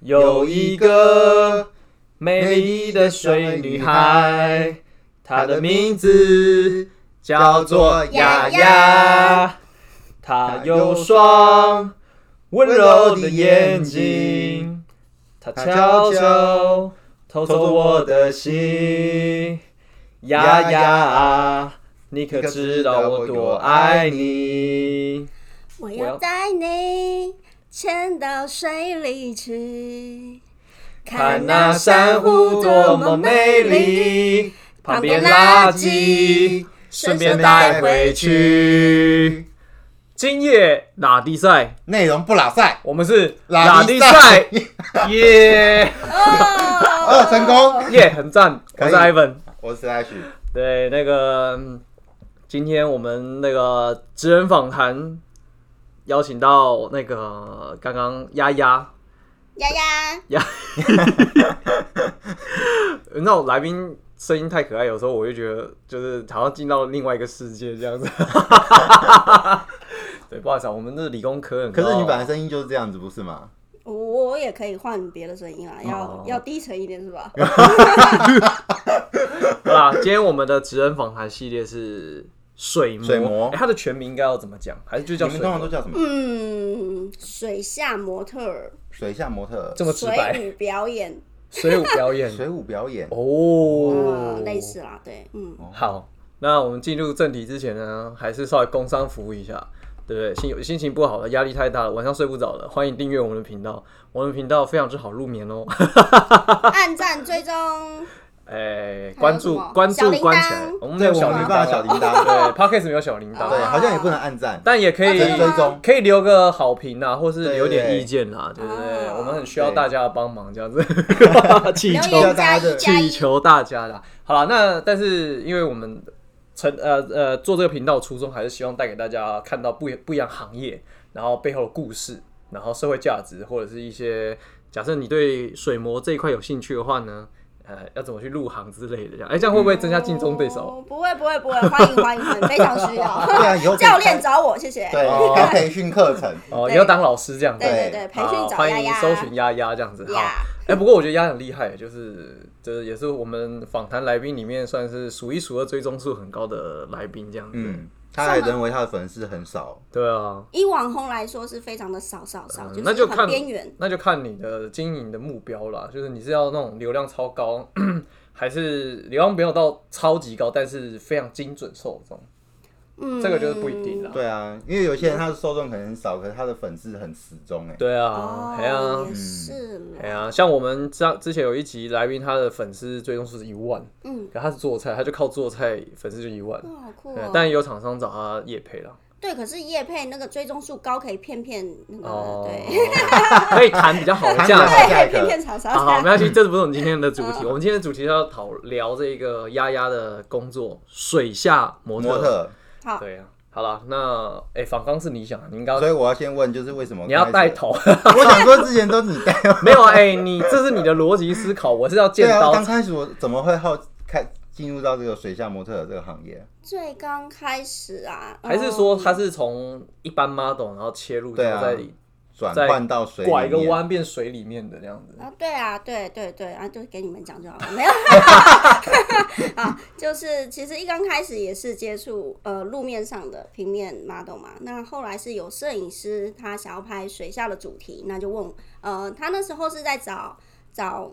有一个美丽的水女孩，她的名字叫做雅雅，她有双温柔的眼睛，她悄悄偷走我的心。雅雅，你可知道我多爱你？我要要带你潜到水里去，看那珊瑚多么美，丽，旁边垃圾顺便带回去。今夜拉迪赛，内容不拉塞，我们是拉迪力赛，耶哦，成功！耶，很赞！我 可以是 Ivan，我是 Ash，对那个嗯今天我们那个职人访谈邀请到那个刚刚丫丫丫丫，呀，那种来宾声音太可爱，有时候我就觉得就是好像进到另外一个世界这样子。 对，不好意思、啊，我们是理工科，啊可是你 本把来声音就是这样子，不是吗？我也可以换别的声音啊，要、哦嗯要低沉一点 是吧？好啦，啊今天我们的职人访谈系列是水魔，水魔哎它的全名应该要怎么讲？还是就你叫们水通常魔都？叫什么？嗯，水下模特儿，水下模特、这么直白，水舞表演，水舞表演水舞表演。哦，嗯，类似啦，对，嗯，好，那我们进入正题之前呢，还是稍微工商服务一下，对不对？心有心情不好了，压力太大了，晚上睡不着了，欢迎订阅我们的频道，我们的频道非常之好入眠哦。暗赞追踪，哎，么关注关小注铃铛关起来，我们没对，有我小们铃没铛办法小啊，铃铛，对 p o c k e t 没有小铃哦对，啊铛，好像也不能按赞，但也可哦真以跟的吗追踪。可以留个好评啊，或是对留点对意见啦，对不对？哦我们很需要对大家的帮忙，这样 子，气留球言加大家一的加祈一，求大家啦。好了，那但是因为我们成呃呃做这个频道初衷还是希望带给大家看到不一不一样行业，然后背后的故事，然后社会价值或者是一些假设你对水膜这一块有兴趣的话呢，呃，要怎么去入行之类的这样。哎、这样会不会增加竞争对手？哦不会不会不会，欢迎欢迎欢迎，非常需 要。对啊以后可以教练找我，谢谢。哦对，开培训课程，哦，对也要当老师这样子。对对对对，培好训找哦欢丫迎丫。搜寻丫丫这样子。好，呀哎、不过我觉得丫丫很厉害，就是就是也是我们访谈来宾里面算是数一数二追踪数很高的来宾这样子。嗯，他还认为他的粉丝很少，对啊，以网红来说是非常的少少少，嗯是那就很看边缘。那就看你的经营的目标啦，就是你是要那种流量超高， 还是流量没有到超级高，但是非常精准受众，嗯，这个就是不一定啦。对啊，因为有些人他的受众可能很少，可是他的粉丝很死忠哎，对啊哦，，哎呀也，是啦哎呀，像我们之之前有一集来宾，他的粉丝追踪数是一万，嗯，可他是做菜，他就靠做菜粉丝就一万，哇好酷对哦。但也有厂商找他夜配啦。对，可是叶配那个追踪数高，可以骗骗那个哦嗯对，， 可以谈比较好的谈比较价好格。下一对，个 骗骗厂好好，没商。关系，这不是我们今天的主题。我们今天的主题是要讨聊这个丫丫的工作——水下模特。模特，好，对呀、好了，那哎，反刚是你想，你应该所以我要先问，就是为什么你要带带？头， 我想说之前都你带，哦没有啊？哎，你这是你的逻辑思考，我是要对见啊，刀刚。开始我怎么会好开进入到这个水下模特的这个行业？最刚开始啊，还是说嗯他是从一般 model 然后切入，对然啊后再转换到水里面拐一个，弯变水里面的这样子？啊，对啊，对对对，啊，就给你们讲就好了，没有 啊，就是其实一刚开始也是接触呃路面上的平面 model 嘛，那后来是有摄影师他想要拍水下的主题，那就问我呃他那时候是在找找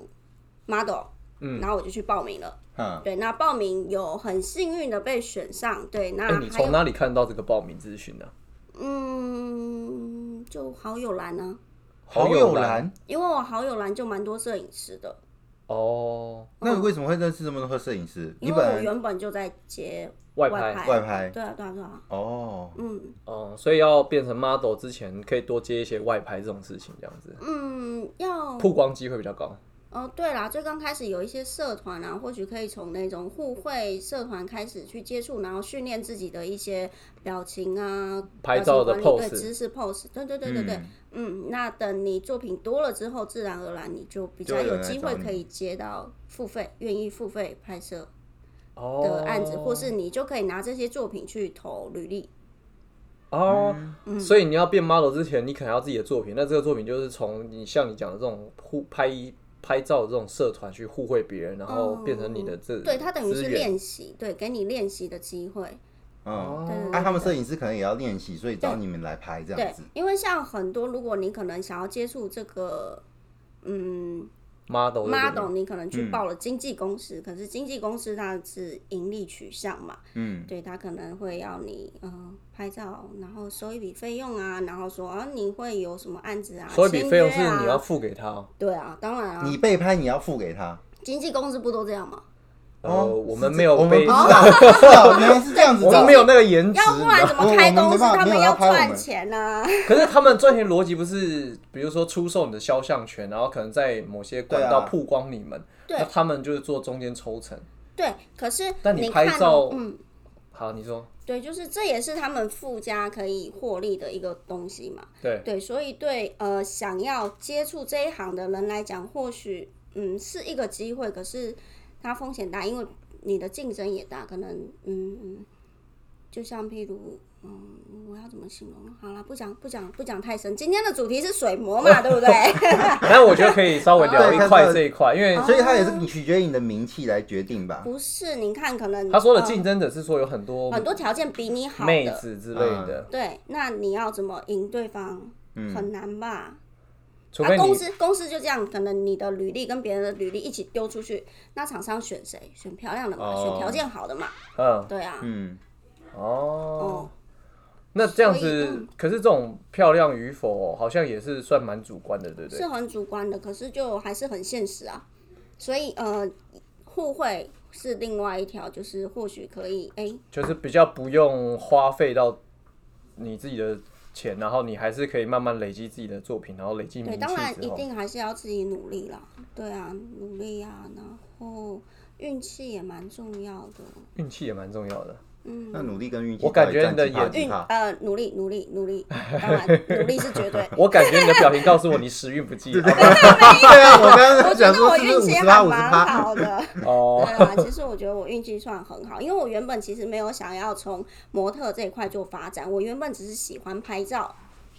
model，嗯然后我就去报名了，嗯，对，那报名有很幸运的被选上，对，那哎、你还从有哪里看到这个报名资讯呢、嗯就好友栏呢、好好友友栏栏。因为我好友栏就蛮多摄影师的，哦，那你为什么会认识这么多摄影师？你因为我本人原本就在接外拍，拍外拍对啊，对啊，对啊，哦，嗯哦、所以要变成 model 之前，可以多接一些外拍这种事情，这样子嗯，要曝光机会比较高。哦，对啦，最刚开始有一些社团啊，或许可以从那种互惠社团开始去接触，然后训练自己的一些表情啊、拍照的表情管理 pose 对姿势 pose，对对对对对，嗯那等你作品多了之后，自然而然你就比就较会有有人来机找会你可以接到付费、愿意付费拍摄哦的案子，或是你就可以拿这些作品去投履历。哦，嗯所以你要变 model 之前，你可能要自己的作品。那这个作品就是从你像你讲的这种互拍拍照这种社团去互惠别人，然后变成你的这、哦对他等于资是源练习，对，给你练习的机会。嗯，对哦对啊，他们摄影师可能也要练习，所以找你们来拍这样对子。，因为像很多，如果你可能想要接触这个，嗯，model 这边，model，你可能嗯去报了经纪公司，可是经纪公司它是盈利取向嘛，嗯，对，它可能会要你嗯拍照，然后收一笔费用啊，然后说啊你会有什么案子啊，所以一笔费用是签约啊你要付给他哦。对啊，当然啊，你被拍你要付给他。经纪公司不都这样吗？哦呃，我们没我有们不被知，道，是 哦，原来是这样子的。我们没有那个颜值，要不然怎么我开我们公没司？办法他没有们人要要拍我赚们钱啊呐、 可是他们赚钱逻辑不是，比如说出售你的肖像权，然后可能在某些管道对啊曝光你们，对那他们就是做中间抽成。 对，可是但你你拍看哦照嗯，好，你说对，就是这也是他们附加可以获利的一个东西嘛。 对，对，所以对呃想要接触这一行的人来讲，或许嗯是一个机会，可是它风险大，因为你的竞争也大，可能嗯，就像譬如。嗯，我要怎么形容？好了，不讲不讲不讲太深。今天的主题是水磨嘛，对不对？ 但我觉得可以稍微聊一块这一块，因为所以他也是你取决于你的名气来决定吧。不是，你看，可能他说的呃竞争者是说有很多很多条件比你好妹的，子之类的，对，那你要怎么赢对方？嗯很难吧？除非啊、公你司公司就这样，可能你的履历跟别人的履历一起丢出去，那厂商选谁？选漂亮的嘛，哦选条件好的嘛，嗯对啊，嗯，哦哦，，那这样所以子嗯，可是这种漂亮与否好像也是算蛮主观的，对不对是？啊很主观的，可是就还是很现实啊。所以呃，互惠是另外一条，就是或许可以，哎、就是比较不用花费到你自己的钱，然后你还是可以慢慢累积自己的作品，然后累嗯积名对，气当然之一哦后，定还是要自己努力啦，对啊，努力啊，然后运气也蛮重要的，运气也蛮重要的。嗯。那努力跟运气我到感底觉占你的几趴眼几运趴，呃努力努力努力，当 然努力是绝对。我感觉你的表情告诉我你时运不济 对啊，我刚我刚觉想得我说是运不是五气十还趴五十蛮趴？好的，对哦。啊，其实我觉得我运气算很好，因为我原本其实没有想要从模特这一块做发展，我原本只是喜欢拍照，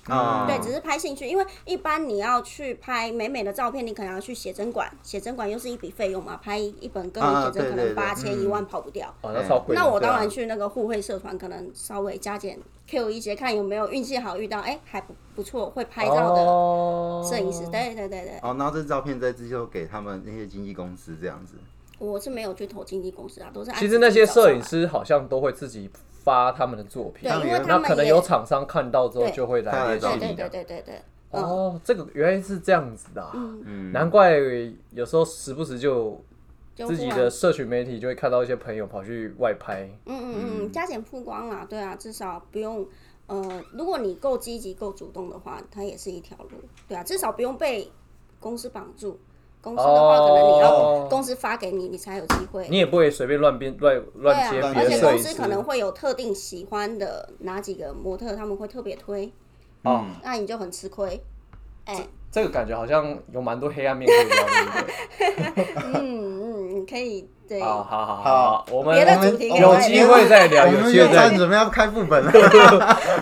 啊，对，只是拍兴趣，因为一般你要去拍美美的照片，你可能要去写真馆，写真馆又是一笔费用嘛，拍一本跟啊写对真可对对能八千嗯一万跑不掉。哦，那超贵的。那我对啊当然去那个互惠社团，可能稍微加减 Q 一些，看有没有运气好遇到，哎、还不不错，会拍照的哦摄影师。对对对对，哦，然后这照片再之后给他们那些经纪公司这样子。我是没有去投经纪公司啊，都是按其自实己那些找上摄影来师好像都会自己发他们的作品对，，因那为他那们可能也有厂商看到之后对就会他来来联系找对你对你对的对对对，嗯，哦，这个原来是这样子的啊、嗯，难怪有时候时不时就就自己忽然的社群媒体就会看到一些朋友跑去外拍，嗯嗯嗯，加减曝光啦，对啊，至少不用呃，如果你够积极、够主动的话，它也是一条路，对啊，至少不用被公司绑住。公司的话，可能你哦要公司发给你，你才有机会。你也不会随便乱编乱对乱啊接，别而的且摄公影司师。可能会有特定喜欢的哪几个模特，他们会特别推，哦，那你就很吃亏。哎、这个感觉好像有蛮多黑暗面可以聊的对嗯嗯，你可以不对对。好好好好好好，我别的们主题我们有我们机会再聊我有们机会又再聊准备要开副本了。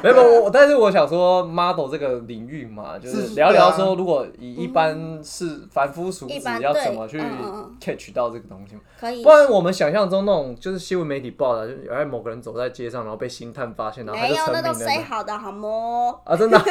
没有没有我，但是我想说 model 这个领域嘛，就是是聊聊说，对如果以一般是凡夫俗嗯一子般，要对怎么去嗯嗯嗯 catch 到这个东西嘛？可以不然我们想象中那种就是新闻媒体报道，就是哎某个人走在街上，然后被星探发现，然后他没就有，成那名都了塞呢。好的好么？ 啊，真的啊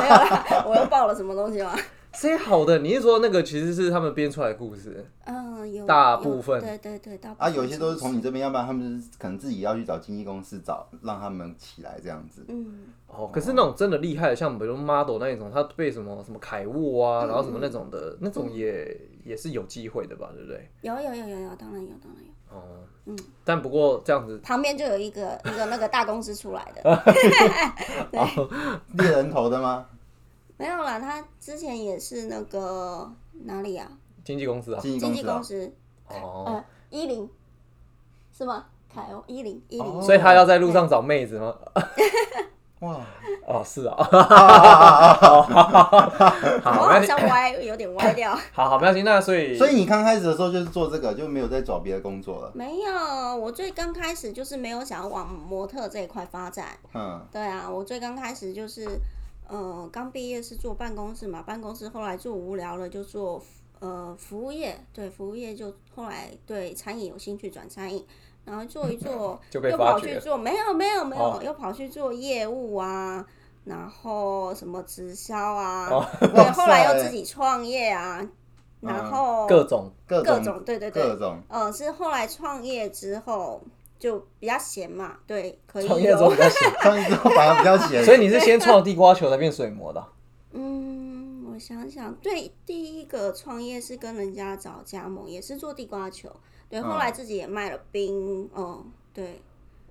没有啦，我又爆了什么东西吗？塞好的，你是说那个其实是他们编出来的故事？嗯，有大有部分对对对，大部分啊，有一些都是从你这，这边，要不然他们就是可能自己要去找经纪公司找，让他们起来这样子。嗯，哦，可是那种真的厉害的，像比如 model 那一种，他被什么什么凯沃嗯啊，然后什么那种的，那种也也是有机会的吧，对不对？有有有有有，当然有当然有，哦，嗯，但不过这样子旁边就有一个一个那个大公司出来的，猎人头的吗？没有啦，他之前也是那个哪里啊？经纪公司啊，经纪经公纪司啊公。司，哦，呃，一零是吗？凯欧一零一零，哦所以他要在路上找妹子吗？哇，哦，是啊，好，啊没我好关 系，像歪，有点歪掉。好好没关系。那所以，所以你刚开始的时候就是做这个，就没有再找别的工作了。没有，我最刚开始就是没有想要往模特这一块发展。嗯，对啊，我最刚开始就是，呃，刚毕业是做办公室嘛，办公室后来做无聊了就做呃服务业，对，服务业就后来对餐饮有兴趣转餐饮，然后做一做就 被又发跑掘去做没有没有没有、哦又跑去做业务啊。然后什么直销啊，哦嗯哇塞对，后来又自己创业啊，然后各种各各种种对对对，各种，呃，是后来创业之后就比较闲嘛，对，可以创业之后有比，较闲，创业之后反而比较闲。所以你是先创地瓜球才变水磨的啊。嗯，我想想，对，第一个创业是跟人家找加盟，也是做地瓜球，对，后啊来自己也卖了冰，嗯、对，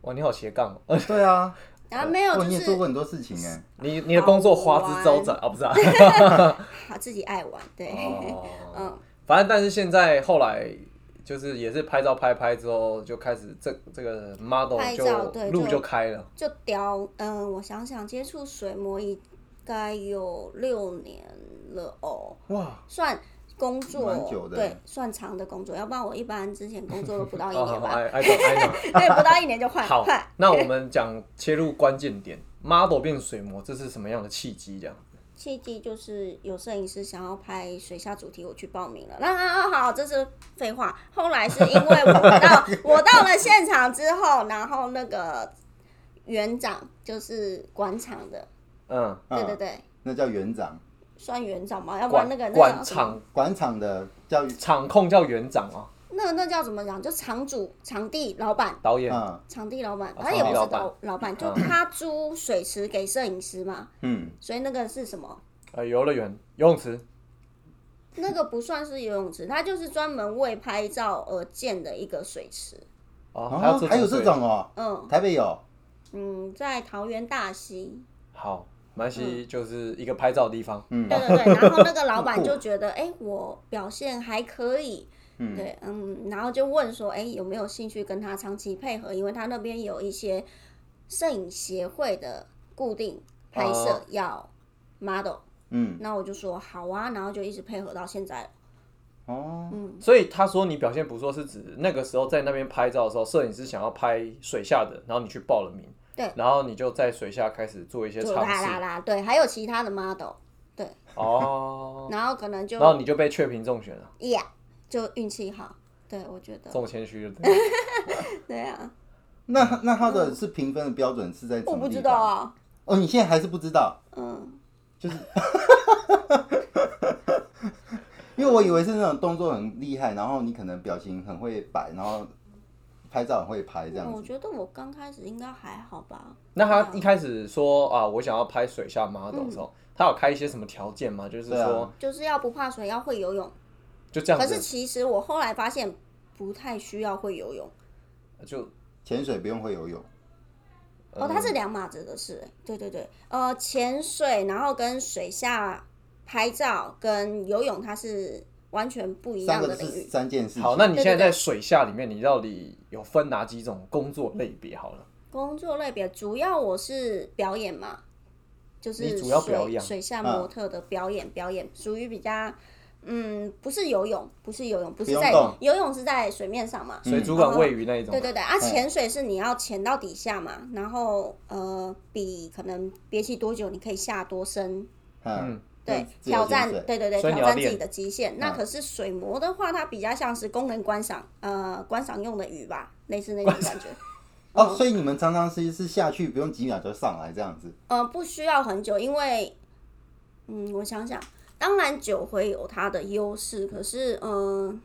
哇，你好斜杠哦！对啊，然后没有哇就你也做是过 很多事情哎。你你的工作花枝招展啊，不是啊？好啊自己爱玩，对，哦， 嗯，反正但是现在后来就是也是拍照拍拍之后，就开始这这个 model 拍就照对路就就开了，就雕，嗯、我想想，接触水磨应该有六年了哦，哇，算。工作蛮久的对算长的工作，要不然我一般之前工作都不到一哦，年好， 吧，哎哎懂哎懂。对，不到一年就换好换。，那我们讲切入关键点，model 变水模，这是什么样的契机？这样契机就是有摄影师想要拍水下主题，我去报名了。那啊啊好，这是废话。后来是因为我 到我到了现场之后，然后那个园长就是管场的，嗯，对对嗯，对，那叫园长，算园长嘛，要不管然哦那个那个管叫什么场管场的叫场控叫园长啊，那个那叫怎么讲？就场主、场地老板。导演，嗯场地老板，哦他也不是场地老嗯老老板，就他租水池给摄影师嘛，嗯，所以那个是什么？呃，游乐园游泳池，那个不算是游泳池，它就是专门为拍照而建的一个水池。哦，还有哦，还有这水种哦，嗯台北有，嗯，在桃园大溪，好，马来西亚就是一个拍照的地方，嗯对，对 对，然后那个老板就觉得，哎、我表现还可以，嗯对，嗯，然后就问说，哎、有没有兴趣跟他长期配合？因为他那边有一些摄影协会的固定拍哦摄要 model，、嗯，那我就说好啊，然后就一直配合到现在了。哦，嗯所以他说你表现不错，是指那个时候在那边拍照的时候，摄影师想要拍水下的，然后你去报了名，对，然后你就在水下开始做一些就尝啦啦试，啦，对，还有其他的 model，对， 哦，然后可能就然后你就被确评中选了， yeah，就运气好，对我觉得，这么谦虚了，对对啊，那那他的是评分的标准是在什么我不地知道方啊，哦，你现在还是不知道，嗯。因为我以为是那种动作很厉害，然后你可能表情很会摆，然后拍照很会拍这样我子。觉得我刚开始应该还好吧。那他一开始说啊，我想要拍水下 model 的时嗯候，他有开一些什么条件吗？就是对啊说就是要不怕水，要会游泳。就这样可是子，其实我后来发现不太需要会游泳。就潜水不用会游泳，嗯哦，它是两码子的事、欸对对对，呃，潜水然后跟水下拍照跟游泳它是完全不一三样个的是领域。三件事情。好，那你对现在对对在水下里面，你到底有分哪几种工作类别？好了，工作类别主要我是表演嘛，就是你水主要表演水下啊模特的表演，表演属于比较。嗯，不是游泳，不是游泳，不不是用在动游泳是在水面上嘛？水主管喂鱼那一种对，对对，啊，嗯潜水是你要潜到底下嘛，然后呃，比可能憋气多久，你可以下多深，嗯，对，自由挑战，潜水对对对，所以你挑要战自练己的极限。那嗯可是水膜的话，它比较像是功能观赏，呃，观赏用的鱼吧，类似那种感觉。哦，所以你们常常是是下去不用几秒就上来这样子。嗯、不需要很久，因为，嗯，我想想，当然酒会有它的优势，可是嗯、呃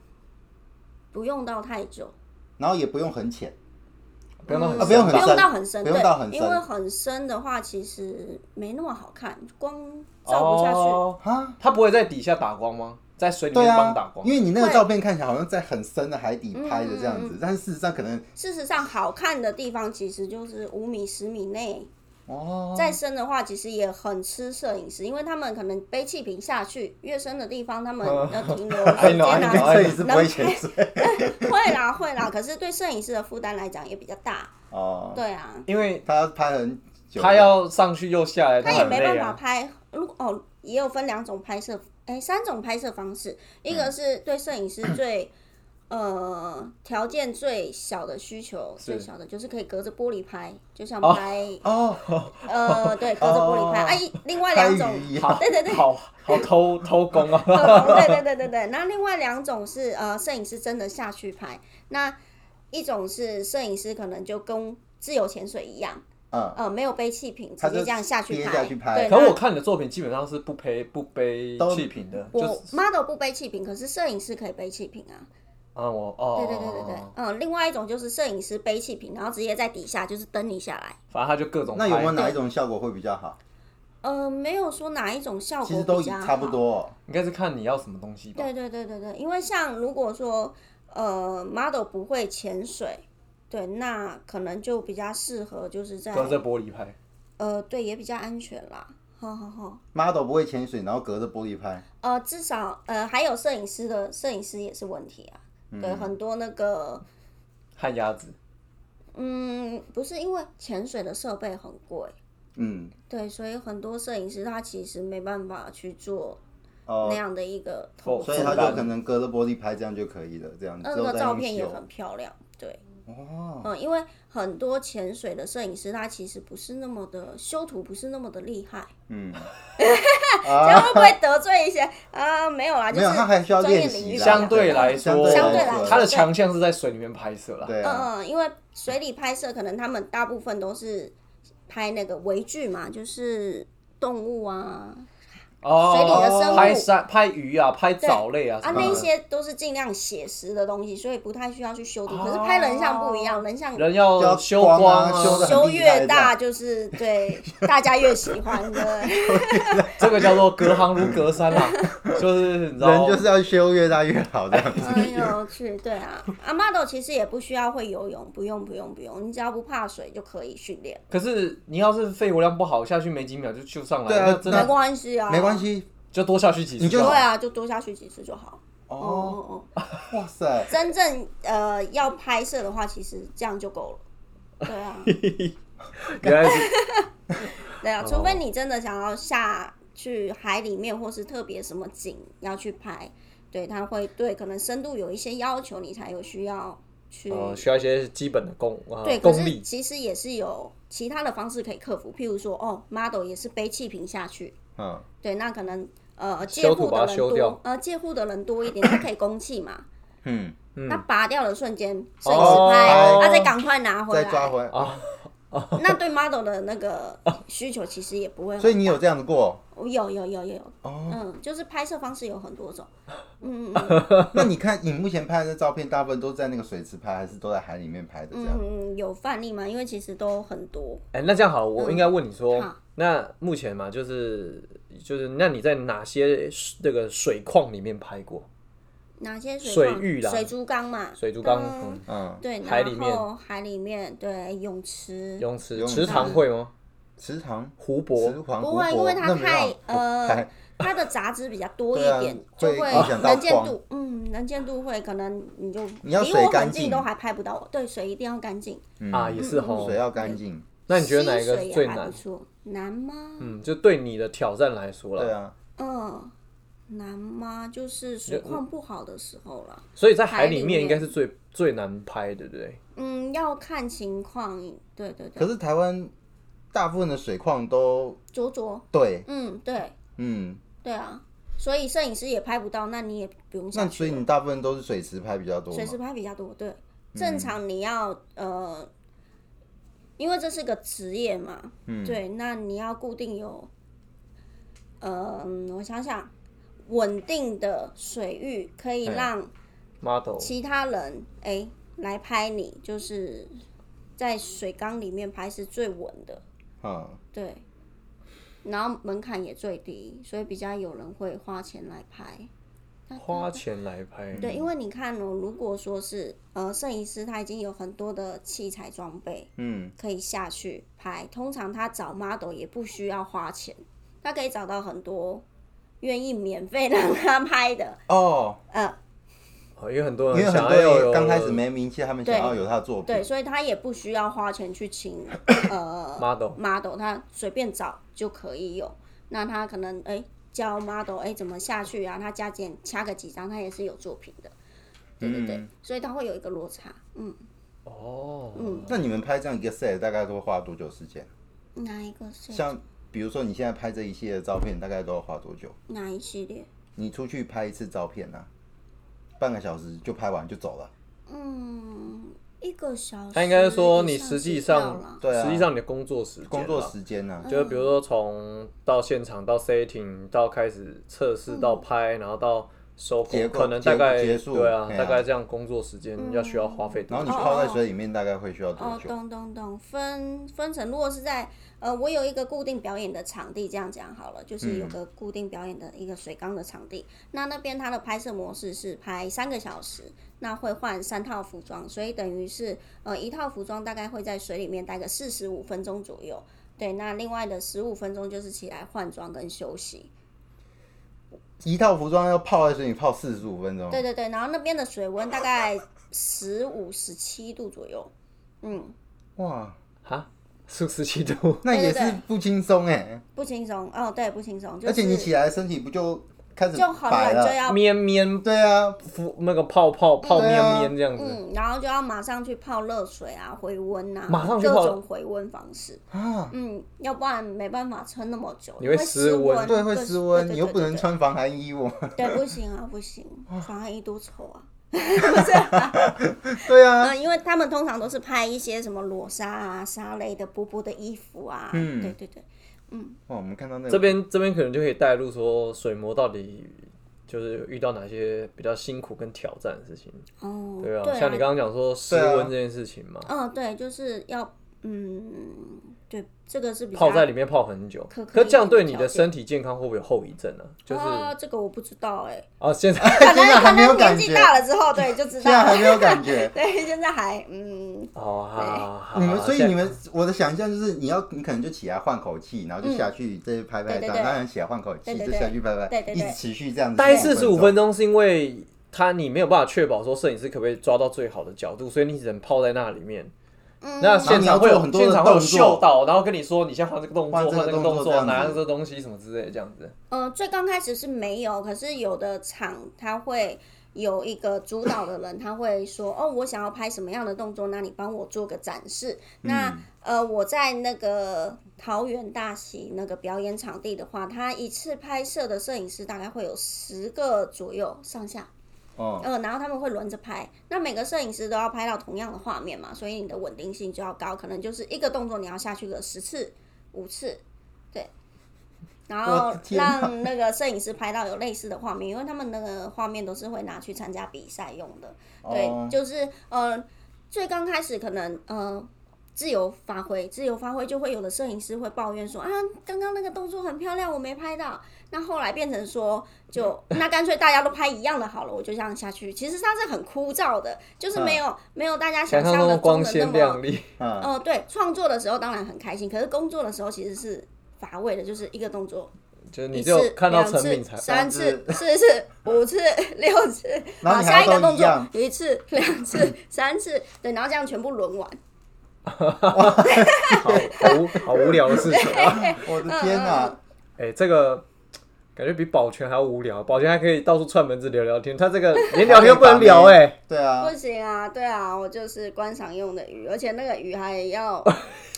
不用到太久。嗯然后也不用很浅，不用到很啊不用很不深深用到很深，不对，用到很深因为很深的话，其实没那么好看，光嗯照不下去。哦啊，他不会在底下打光吗？在水里对面帮啊打，光因？为你那个照片看起来好像在很深的海底拍的这样嗯子，但是事实上可能事实上，好看的地方其实就是五米、十米内。哦，再深的话，其实也很吃摄影师，因为他们可能背气瓶下去，越深的地方，他们要停留时 I 间 know, I 啊 know, 摄影什么师不会潜水的会啦会啦。可是对摄影师的负担来讲也比较大，哦，对啊，因为他要拍很久了他要上去又下来，他也很没累办法啊。拍。如果哦，也有分两种拍摄，哎、三种拍摄方式。一个是对摄影师最、呃条件最小的需求，嗯是最小的就是可以隔着玻璃拍，就像哦拍、哦，呃对，隔着玻璃拍。哦哎、一另外拍两种，鱼一样好，对对对。好好偷偷工啊哦 对对对对对。那另外两种是呃，摄影师真的下去拍，那一种是摄影师可能就跟自由潜水一样，嗯，呃，没有背气瓶，他直就接这样下去憋拍。下去拍 对，可那我看你的作品基本上是不背不背都气瓶的，就是我 model 不背气瓶，可是摄影师可以背气瓶啊。啊我哦，对对对对对，嗯，另外一种就是摄影师背气瓶，然后直接在底下就是蹬你下来。反正他就各种那有没有拍哪一种效果会比较好？呃，没有说哪一种效其实都果比一较差不好。多哦。应该是看你要什么东西吧。对对对对对，因为像如果说呃 model 不会潜水，对，那可能就比较适合就是在隔着玻璃拍，呃对也比较安全啦。好好好， model 不会潜水，然后隔着玻璃拍，呃，至少呃还有摄影师的摄影师也是问题啊。嗯对，很多那个旱啊鸭子嗯，不是因为潜水的设备很贵，嗯，对，所以很多摄影师他其实没办法去做哦那，样的一个哦投资，所以他就可能隔着玻璃拍，这样就可以了，这样之嗯那后个再照用片也修。很漂亮，对，哦，嗯，因为很多潜水的摄影师他其实不是那么的修图，不是那么的厉害，嗯，这样会不会得罪一些啊？没有啦，就没是有，他还需要专业练领习域啦。吧相对来相对说，来相对来说它的强项是在水里面拍摄啦。对嗯啊，嗯，因为水里拍摄可能他们大部分都是拍那个微距嘛，就是动物啊，哦，水里的生物拍山、拍鱼啊，拍藻类啊，啊，什嗯么的那一些都是尽量写实的东西，所以不太需要去修图。哦可是拍人像不一样，人像人要要修光啊光修得很修厉害越大，就是对大家越喜欢的。 这个叫做隔行如隔山啦，就是嗯你知道，人就是要修越大越好这样子。很有趣，哎对啊。阿玛豆其实也不需要会游泳，不用不用不用，你只要不怕水就可以训练，可是你要是肺活量不好，下去没几秒就救上来，对啊那真没的关系啊，没关。系就多下去几次你就就对好。啊，就多下去几次就好。哦哦，哦哦，哇塞，真正呃要拍摄的话，其实这样就够了。对啊，原来是对啊，哦除非你真的想要下去海里面，或是特别什么景要去拍，对，它会对可能深度有一些要求，你才有需要去。呃需要一些基本的功啊对，可功是力，其实也是有其他的方式可以克服，譬如说，哦，model 也是背气瓶下去，嗯，对，那可能呃借修图护把它的人修掉多，呃借护的人多一点，它可以供气嘛，嗯，那拔掉的瞬间，摄影师哦拍，他哦再赶快拿回再抓来，回来。啊，那对 model 的那个需求其实也不哦会很所以你有这样子过？ 我有有有有有，哦嗯，就是拍摄方式有很多 种，嗯嗯嗯那你看你目前拍的照片，大部分都在那个水池拍，还是都在海里面拍的这样？嗯嗯，有范例吗？因为其实都很多，哎，那这样好了，我应该问你说嗯好，那目前嘛，就是就是，那你在哪些那个水矿里面拍过？哪些水水矿域啦水族缸嘛，水族缸、嗯嗯嗯，对，海里然面后海里面对泳池，泳池、泳池池塘会吗？池塘、湖泊池塘、嗯不湖会，因泊，为它那没嗯太有呃拍，它的杂质比较多一对啊点，就会会影响到能见光度，嗯，能见度会可能你就你要离水我干很近净嗯都还拍不到我，对，水一定要干净。啊，也是吼水。要干净。那你觉得哪一个嗯溪水也最还难不？错，难吗？嗯，就对你的挑战来说对了。啊，嗯，难吗？就是水况不好的时候了。所以在海海里里面面应该是最最难拍，对不对？嗯，要看情况，对对可对，是台湾大部分的水况都灼灼，对，嗯，对嗯，对啊，所以摄影师也拍不到，那你也不用那下所去以了，你大部分都是水池拍比较多水嘛？嗯池拍比较多，对，正常你要呃，因为这是个职业嘛，嗯对，那你要固定有，呃，嗯我想想，稳定的水域可以哎让 model 其他人哎、诶来拍你，就是在水缸里面拍是最稳的，嗯，对。然后门槛也最低，所以比较有人会花钱来拍。花钱来拍，对，因为你看哦，如果说是呃，摄影师他已经有很多的器材装备嗯，可以下去拍，通常他找 model 也不需要花钱，他可以找到很多愿意免费让他拍的，哦，呃，哦因为很多因为人很想多要有人刚开始没名气，他们想要有他的作品对，，所以他也不需要花钱去请呃 model model，他随便找就可以有。那他可能哎、教 model 哎、怎么下去啊？他加减掐个几张，他也是有作品的，对对对，嗯所以他会有一个落差。嗯，哦，那你们拍这样一个 set 大概都会花多久时间？哪一个是像比如说你现在拍这一系列的照片，大概都要花多久？哪一系列？你出去拍一次照片呢、半个小时就拍完就走了。嗯，一个小时。他应该说你实际嗯上，对啊实际上你的工作时间啦，工作时间啊呢、就是比如说从到现场到 setting 到开始测试到拍，然后到收嗯结工，果可能大概结结束对啊，嘿啊嗯大概这样工作时间要需要花费多然后你久？泡在水里面大概会需要多哦，久？懂懂懂，分分成。如果是在呃，我有一个固定表演的场地，这样讲好了，就是有个固定表演的一个水缸的场地。那那边它的拍摄模式是拍三个小时，那会换三套服装，所以等于是呃一套服装大概会在水里面待个四十五分钟左右。对，那另外的十五分钟就是起来换装跟休息。一套服装要泡在水里泡四十五分钟，对对对，然后那边的水温大概十五十七度左右。嗯，哇，哈，四十七度，那也对是对不轻松哎。不轻松哦，对，不轻松。就是、而且你起来身体不就开始就很白冷，就了？要绵绵对啊，浮那个泡泡泡对啊绵绵这样子，嗯，然后就要马上去泡热水啊，回温啊，马上去各泡种回温方式。啊，嗯，要不然没办法撑那么久，你会失失温对，会失温，对你又不能。穿防寒衣哦。对对对对，不行啊，不行，防寒衣多丑啊！对啊，嗯，因为他们通常都是拍一些什么裸纱啊、纱类的薄薄的衣服啊。嗯对对对，哇，我们看到那这个边这边可能就可以带入说水魔到底就是遇到哪些比较辛苦跟挑战的事情，哦，对啊，对像你刚刚讲说失嗯对啊温这件事情嘛，嗯，对，就是要，嗯，对，这个是比较啊泡在里面泡很久，可可可以这样对你了的解身体健康会不会有后遗症啊？就是啊，这个我不知道哎，哦，现 在可啊现在能可还没有能年感纪觉，大了之后，对，就知现道在还了。。没有感觉对，现在还嗯，哦，好好好，你们，所以现你们，我的想象就是，你要，你可能就起来换口气，然后就下去再拍拍嗯对照，对对当然起来换口气，对对就对下去拍拍，对对一对直持续这样子。待四十五分，钟是因为他你没有办法确保说摄影师可不可以抓到最好的角度，所以你只能泡在那里面。嗯那现场会嗯然有后你要做很多的现场会有动作秀到，然后跟你说你先换这个动作，换这换个那个动动作这样子拿这个东西什么之类的这样子。呃，最刚开始是没有，可是有的场他会有一个主导的人，他会说，哦，我想要拍什么样的动作，那你帮我做个展示。那嗯呃，我在那个桃园大溪那个表演场地的话，他一次拍摄的摄影师大概会有十个左右上下。哦，嗯，然后他们会轮着拍，那每个摄影师都要拍到同样的画面嘛，所以你的稳定性就要高，可能就是一个动作你要下去个十次、五次，对，然我后的天哪让那个摄影师拍到有类似的画面，因为他们那个画面都是会拿去参加比赛用的，对，哦就是呃，最刚开始可能呃。自由发挥，自由发挥就会有的摄影师会抱怨说啊，刚刚那个动作很漂亮，我没拍到。那后来变成说，就那干脆大家都拍一样的好了，我就这样下去。其实它是很枯燥的，就是没有、没有大家想嗯想象象中的的光中的那鲜亮么。丽，嗯，哦、对，创作的时候当然很开心，可是工作的时候其实是乏味的，就是一个动作，就是你一只有次、看到两成品次、才啊三次三、四次、五次、 六次，然后好你啊下还一个要动都一作样，一次、两次、 三次，对，然后这样全部轮完。好好无好无聊的事情啊！ 我嗯的天哪！哎，这个。感觉比保全还要无聊，保全还可以到处串门子聊聊天，他这个连聊天都不能聊哎、对啊不，行啊，对啊，我就是观赏用的鱼，而且那个鱼还要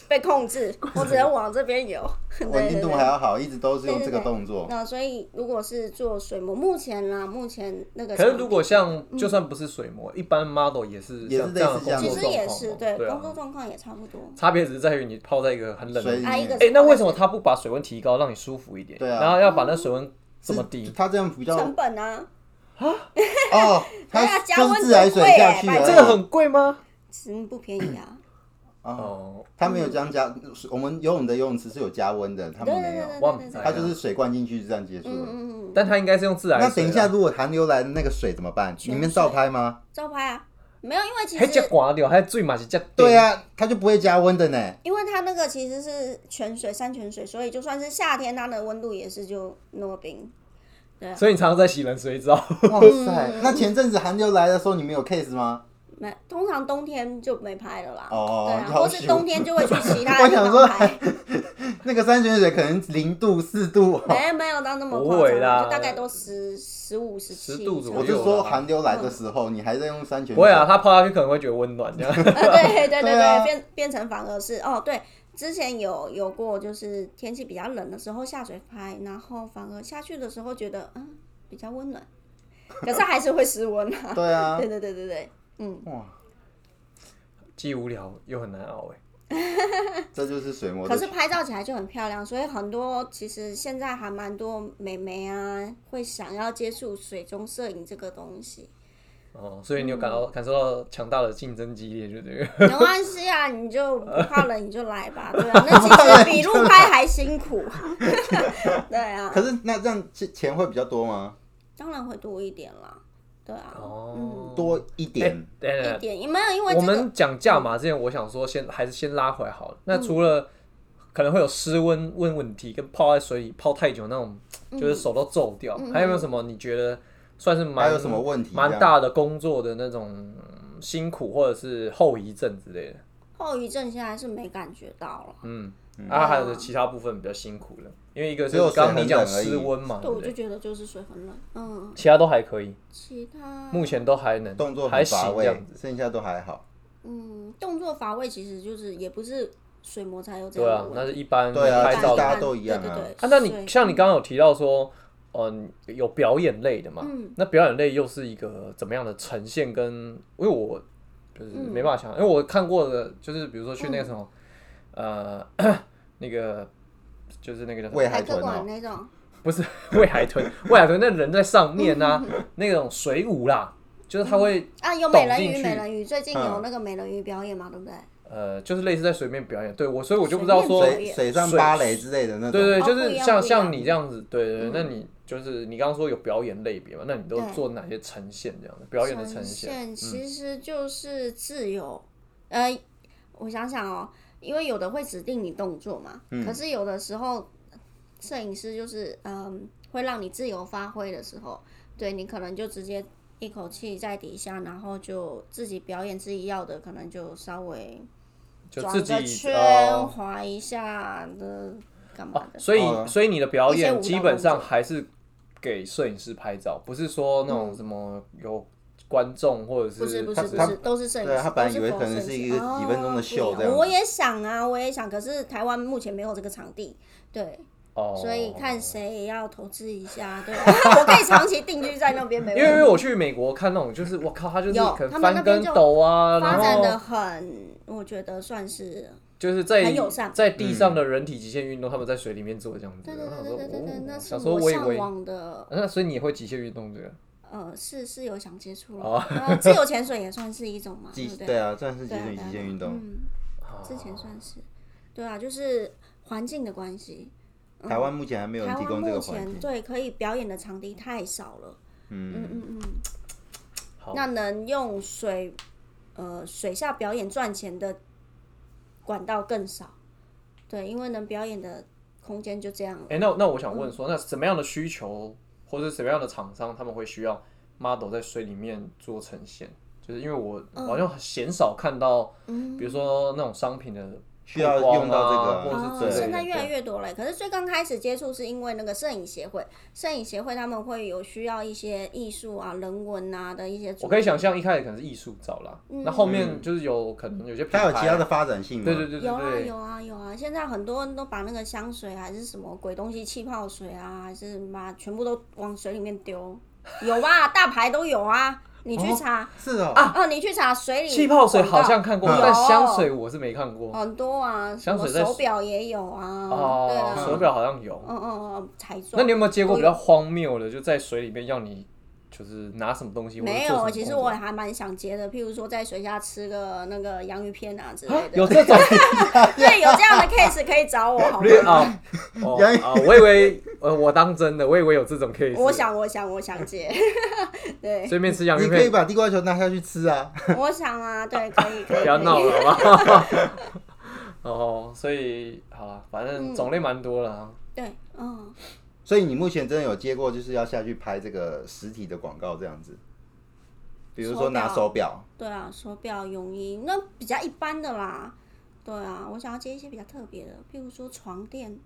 被控制， 我只能往这边游。 对稳定对度对。还要好，一直都是用对这对嗯个对动作。那所以如果是做水母，目前啦，目前那个可场是地，如果像就算不是水模，一般 model 也是也是像这样的工类似这样嗯其作实状也况是嘛对对工啊作。状况也差不多。差别只是在于你泡在一个很冷的所以地方。啊，一个哎、是那为什么是他不把水温提高，让你舒服一点？对啊然后要把那水温这是么低？它这样比较成本啊？哦， 对啊它加就温是自来水很贵下耶去而拜托这个已。很贵吗？嗯，不便 宜啊。哦，哦，它没有这样加，我们游泳的游泳池是有加温的，他对们对没对有对，我对对们对。它就是水灌进去就这样结束了。嗯嗯嗯，但他应该是用自来水。啊那等一下，，如果寒流来的那个水怎么办？你全们照拍吗？照拍啊，没有，因为其还加实刮掉，还最嘛是加对，啊，它就不会加温的 呢。因为它那个其实是泉水、山泉水，所以就算是夏天，它的温度也是就那么冰。对啊，所以你常常在洗冷水 澡。哇塞！嗯那前阵子寒流来的时候，你们有 case 吗？没，通常冬天就没拍了啦。哦对啊，要或是求冬天就会去其他我地想方说拍。那个山泉水可能零度、四度、哦。没没有到那么不夸会张啦啊，就大概都十十五、十七10度左我右是啦说寒流来的时候，你还在用山泉水？不会啊，，他泡下去可能会觉得温暖这样。 呃， 对对对对啊对，变变成反而是哦，对，之前有有过，就是天气比较冷的时候下水拍，然后反而下去的时候觉得嗯比较温暖，可是还是会失温啊。对 啊对，对对对对，嗯，哇，既无聊又很难熬哎。这就是水魔可的是拍照起来就很漂亮，所以很多其实现在还蛮多美眉啊会想要接触水中摄影这个 东西。哦，所以你有嗯感到感受到强大的竞争激烈，就这个。没关系啊，你就不怕冷你就来吧，对啊，那其实比路拍还 辛苦，对啊，可是那这样钱钱会比较多吗？当然会多一点啦，对啊，哦，多一嗯点。对对一对点也没有因为我这个嗯们讲价码之前，我想说先还是先拉回来好了。那除了可能会有失温问问题，跟泡在水里泡太久那种，嗯就是手都皱掉，还有没有什么你觉得算是蛮还有什么问题这样蛮大的工作的那种嗯辛苦或者是后遗症之类的？后遗症现在是没感觉到了，嗯，啊，还有其他部分比较辛苦的，因为一个是只有水刚刚很你讲冷而已失温嘛，对，对我不就对？觉得就是水很冷，嗯，其他都还可以，其他目前都还能动作还很行乏这样味，剩下都还好。嗯动作乏味其实就是也不是水磨才有这对样啊的，那问是题，一般对啊拍其实照大的。家都一样啊对对对，啊，那所以你像你刚刚有提到说，嗯、有表演类的嘛？嗯那表演类又是一个怎么样的呈现跟？因为我就是嗯没办法想，因为我看过的，就是比如说去那个什么，呃，那个就是那个叫什么喂海海豚哦客馆，那种，不是喂海豚，喂海豚那人在上面啊， 那种水舞啦，就是他会嗯啊，有美人懂进鱼，去美人鱼最近嗯有那个美人鱼表演嘛，对不对？呃，就是类似在水面表演。对我，所以我就不知道水面说表演水水上芭蕾之类的那种。对对，哦就不一是像样不一像样嗯你这样子，对对，对那你就是你刚刚说有表演类别嘛？那你都对做哪些呈现这样的表演的呈现？嗯其实就是自由。呃，我想想哦，因为有的会指定你动作嘛，嗯可是有的时候摄影师就是嗯，会让你自由发挥的时候，对你可能就直接一口气在底下，然后就自己表演自己要的，可能就稍微就转自个己圈、哦滑一下的干嘛哦，的。所以哦所以你的表一些舞演蹈基本上动作还是给摄影师拍照，不是说那种什么有观众或者嗯不是不是他不他是，都是摄影师。对啊他本来都是以为否可能摄是影一师个几分钟的哦秀不一这样样子我也想啊，我也想，可是台湾目前没有这个场地，对，哦，所以看。谁要投资一下，对啊，我可以长期定居在那边，没因为因为问题。我去美国看那种，就是我靠，他就是有可能他们翻那跟边斗啊，发展然的后很，我觉得算是，就是在很友善在地上的人体极限运动，他们在水里面做这样子。对对然后对我对说对对对哦，那是想说我我以向为往的，那所以你也会极限运动这个？呃，是是有想接触哦了，然后自由潜水也算是一种嘛，对极不对？对啊，算是极对啊，限对啊极限对啊运动。哦嗯，之前算是，对啊，就是环境的关系，嗯台湾目前还没有人台提湾供这目个环前境。对可以表演的场地太少了，嗯嗯，嗯嗯，好，那能用水呃水下表演赚钱的管道更少，对，因为能表演的空间就这样了。哎、那那我想问说，那什么样的需求或者什么样的厂商他们会需要 model 在水里面做呈现？就是因为我嗯好像鲜少看到，嗯比如说那种商品的需曝要光啊用到这个啊或哦，者是之类现的。在越来越多了。可是最刚开始接触是因为那个摄影协会，摄影协会他们会有需要一些艺术啊、人文啊的一些主题。我可以想象一开始可能是艺术照啦，嗯那后面就是有可能有些品牌它啊，有其他的发展性吗？对对对对有啊对，有啊有啊！现在很多人都把那个香水还是什么鬼东西气泡水啊，还是妈全部都往水里面丢，有 吧？大牌都有啊，你去查是哦。啊哦、你去查水里气泡水好像看过，嗯广告但有香水我是没看过。很多啊，什香么水在手表也有啊，对哦，啊，手表好像有。嗯嗯嗯，彩妆。那你有没有接过比较荒谬的，就在水里面要你就是拿什么东西？或者没做什有，么其实动我作还蛮想接的，譬如说在水下吃个那个洋芋片啊之类 的。有这种对，有这样的 case 可以找我， 好吗？略啊，哦杨啊，我以为呃，我当真的，我以为有这种 case。我想，我想，我想接。对，随便吃洋芋你可以片，把地瓜球拿下去吃啊！ 我想啊，对，可以，可以。不要可以闹了，好不好？ 嗯哦，所以好了，反正种类蛮多了啊。对，嗯，所以你目前真的有接过，就是要下去拍这个实体的广告这样子，比如说拿手表，对啊，手表、泳衣，那比较一般的啦。对啊，我想要接一些比较特别的，譬如说床垫，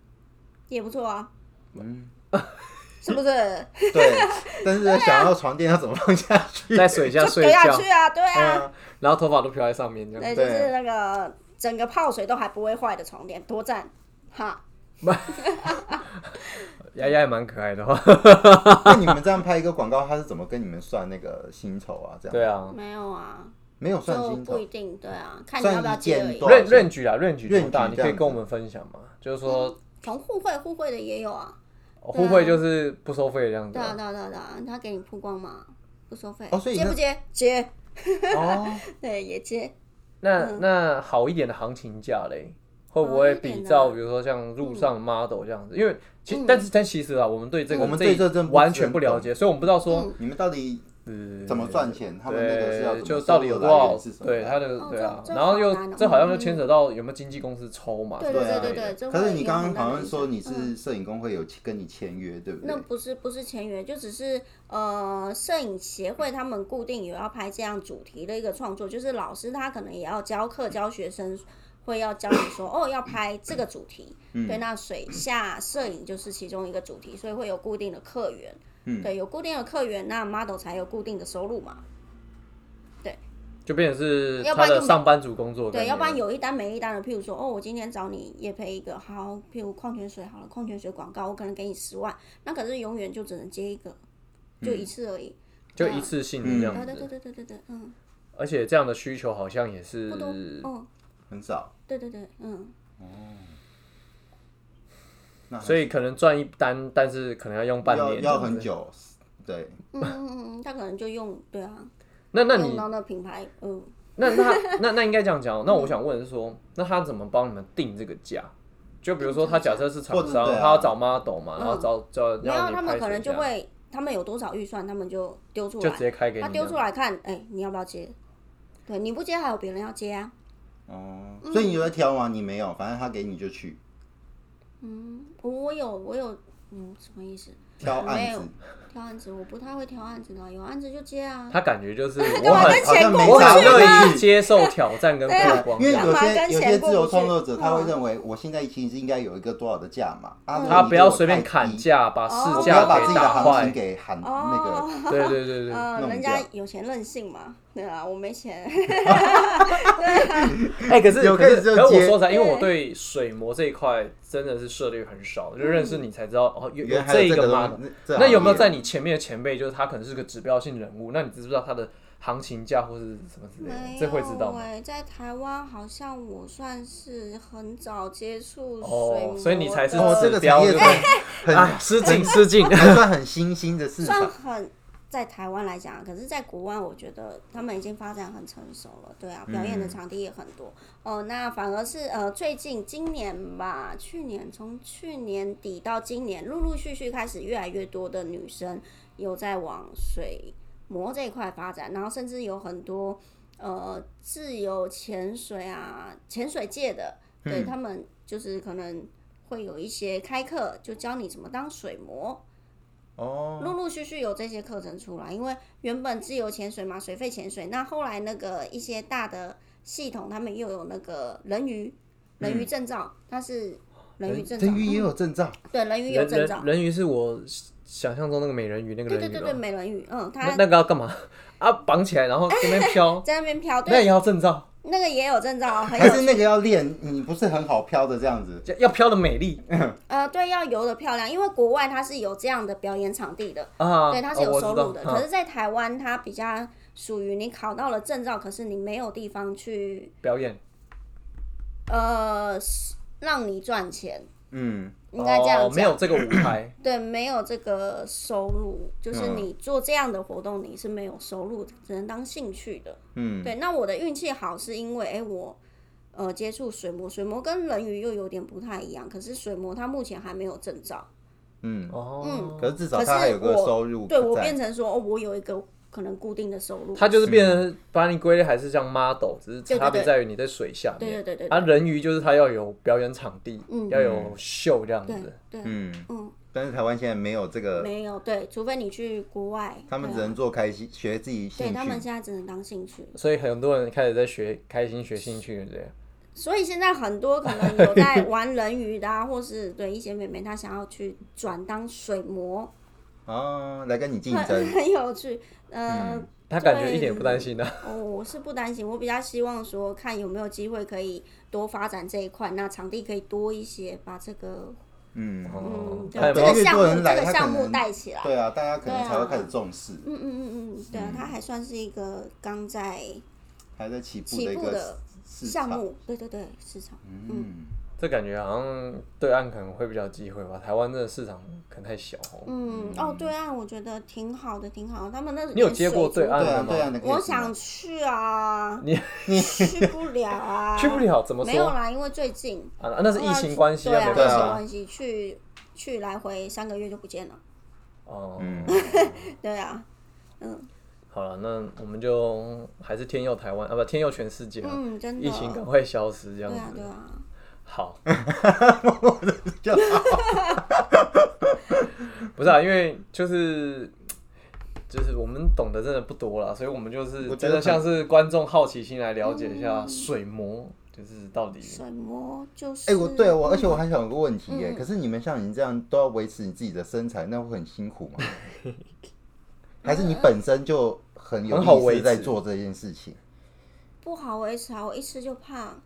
也不错啊。嗯，是不 是？对，但是想要床垫要怎么放下去？在水下就睡怼下觉，嗯去啊，对啊。嗯然后头发都飘在上面，这样对，就是那个整个泡水都还不会坏的床垫，多赞！哈，丫丫也蛮可爱的 哈。那你们这样拍一个广告，他是怎么跟你们算那个薪酬啊？这样对啊没有啊，没有算就薪不酬一定，对啊，看你算要不要一接件而已多。少，range 钱 range 啊，range 多大？ range 你这可以样跟我子们分享吗？就是说，从互惠互惠的也有啊，哦互惠就是不收费的样子对啊啊。对啊对啊对啊，他给你曝光嘛，不收费。哦所以接那不接？接，哦。对，也接。那那好一点的行情价嘞，会不嗯好一会点比的嗯照比如说像路上 model 这样子？因为其但是但其实啊，我们对这个我们这对一这真不完是全很不了懂解，所以我们不知道说嗯 你们到底呃怎么赚钱？他们那个是要对，怎么就到底有多少收入来源是？什么对他的哦对啊，这这然后又好难哦这好像就牵扯到有没有经纪公司抽嘛？对什么对之对类的对对。可是你这会刚有很刚大好像的影说响你是嗯摄影工会有跟你签约，对不那对？不是不是签约，就只是呃，摄影协会他们固定有要拍这样主题的一个创作，就是老师他可能也要教课教学生，会要教你说哦要拍这个主题，嗯对，那水下摄影就是其中一个主题，所以会有固定的客源，嗯对，有固定的客源，那 model 才有固定的收入嘛，就变成是要不他然的根本上班族工作的概对，念要了。不然有一单没一单的，譬如说哦，我今天找你也配一个好，譬如矿泉水好了，矿泉水广告我可能给你十万，那可是永远就只能接一个，嗯就一次而已。就一次性的这样啊，对对子，对对对对，嗯，而且这样的需求好像也是不多，嗯，很少，对对对，嗯，那很所以可能赚一单，但是可能要用半要年，要很。久，对，嗯嗯嗯嗯，他可能就用，对啊，那那用你到那品牌，嗯，那那 他那那应该这样讲哦。那嗯我想问的是说，那他怎么帮你们定这个价？就比如说他假设是厂或者商，对啊嗯他要找 model 嘛，然后找找没有啊让你他们拍可摄能就这样会，他们有多少预算，他们就丢出就直来，接开给你啊他这丢样。出来看，哎，你要不要接？对，你不接还有别人要接啊，哦，所以你有在挑吗？你没有，反正他给你就去嗯，我有我有，嗯，什么意思？挑没案有子，挑案子，我不太会挑案子的，有案子就接啊，他感觉就是我干嘛很跟好钱像过没不我差啊很去吗？乐意接受挑战跟对曝啊光因为这有样，干嘛些跟有钱些过自由不创去作者他会嗯认为我现在其实应该有一个多少的价码，啊如果他你不给要我随便太砍低价，把哦市我不价要把自给己的打行坏情。给喊那哦个，对对对对，呃，弄人掉家有钱任性嘛，对啊，我没钱，哎，可是有可是开始就可是我接说实在，因为我对对水膜这一块真的是涉猎很少，就认识你才知道哦，有有嗯原来还有个个 model 东西那有没有在？你前面的前辈，就是他可能是个指标性人物，那你知不知道他的行情价或是什么之类的？没这会知道有吗？欸在台湾好像我算是很早接触水哦母，所以你才是的哦，这指个标产业 对算很哎，失敬失敬。还算很新兴的市算 场，很在台湾来讲，可是，在国外我觉得他们已经发展很成熟了，对啊，表演的场地也很多。哦、那反而是呃，最近今年吧，去年从去年底到今年，陆陆续续开始越来越多的女生有在往水膜这一块发展，然后甚至有很多呃自由潜水啊，潜水界的，对、他们就是可能会有一些开课，就教你怎么当水膜。哦，陆陆续续有这些课程出来，因为原本自由潜水嘛，水肺潜水，那后来那个一些大的系统，他们又有那个人鱼，人鱼证照，它是人鱼证嗯照，人哎鱼也嗯有证照，对，人 鱼有人证人照，人鱼是我想象中那个美人鱼那个对对人鱼对对，吗？美人鱼，嗯，那它，那个要干嘛？ 啊，绑起来然后这边飘 在那边飘，那也对，要证照，那个也有证照，很还是有那个要练，你不是很好飘的这样子，要要飘的美丽呃，对，要游的漂亮，因为国外它是有这样的表演场地的，啊。对，它是有哦收入的。我知道可是，嗯在台湾，它比较属于你考到了证照，可是你没有地方去表演呃，是让你赚钱，嗯，应该这样哦讲。没有这个舞台对，没有这个收入，就是嗯你做这样的活动，你是没有收入的，只能当兴趣的。嗯，对，那我的运气好，是因为哎、我呃接触水魔，水魔跟人鱼又有点不太一样，可是水魔它目前还没有证照，嗯，哦。可是至可少是他还有个我收入对我在变成说哦，我有一个可能固定的收入。它就是变成把你归类还是像 model，只是对对差别对在于你在水下对面。对对对对啊，人鱼就是它要有表演场地，嗯要有秀这样对子。对，嗯，嗯，但是台湾现在没有这个，没有对，除非你去国外，他们对只啊能做开心，学自己兴对趣。他们现在只能当兴趣，所以很多人开始在学开心学兴趣，对不对？所以现在很多可能有在玩人鱼的啊，或是对一些妹妹她想要去转当 水模，哦，来跟你竞很争。很有趣。呃，他感觉一点不担心的、啊哦，我是不担心，我比较希望说看有没有机会可以多发展这一块，那场地可以多一些，把这个嗯，哦嗯，还对有没有这个项目因为多人来这个他项可目能带起来。对啊，大家可能对啊才会开始重视，嗯嗯嗯嗯，对啊，它还算是一个刚在还在起步的起一步个的市市项场。目，对对对，市场。嗯，这感觉好像对岸可能会比较有机会吧，台湾这个市场可能太小、哦。嗯，哦，对岸我觉得挺好的，挺好的。他们那你有连接过水对族岸对的啊吗，对啊，你可以我去想吗去啊，你 去不了啊，去不了怎么没有说？啦，因为最近啊，那是疫情关系对啊，没疫对办情法。关系去去来回三个月就不见了，哦、嗯，对啊，好了，那我们就还是天佑台湾啊，不，天佑全世界啊、嗯，真的，疫情赶快消失这样对子。啊对啊，好， 就不是啊，因为就是就是我们懂得真的不多啦，所以我们就是我觉真得的像是观众好奇心来了解一下水魔，就是到底嗯水魔就是，哎，我啊对嗯我，而且我还想有个问题耶，可是你们像你这样都要维持你自己的身材，那会很辛苦吗？ 还是你本身就很有很好意维识在持做这件事情？不好维持啊，我一吃就胖，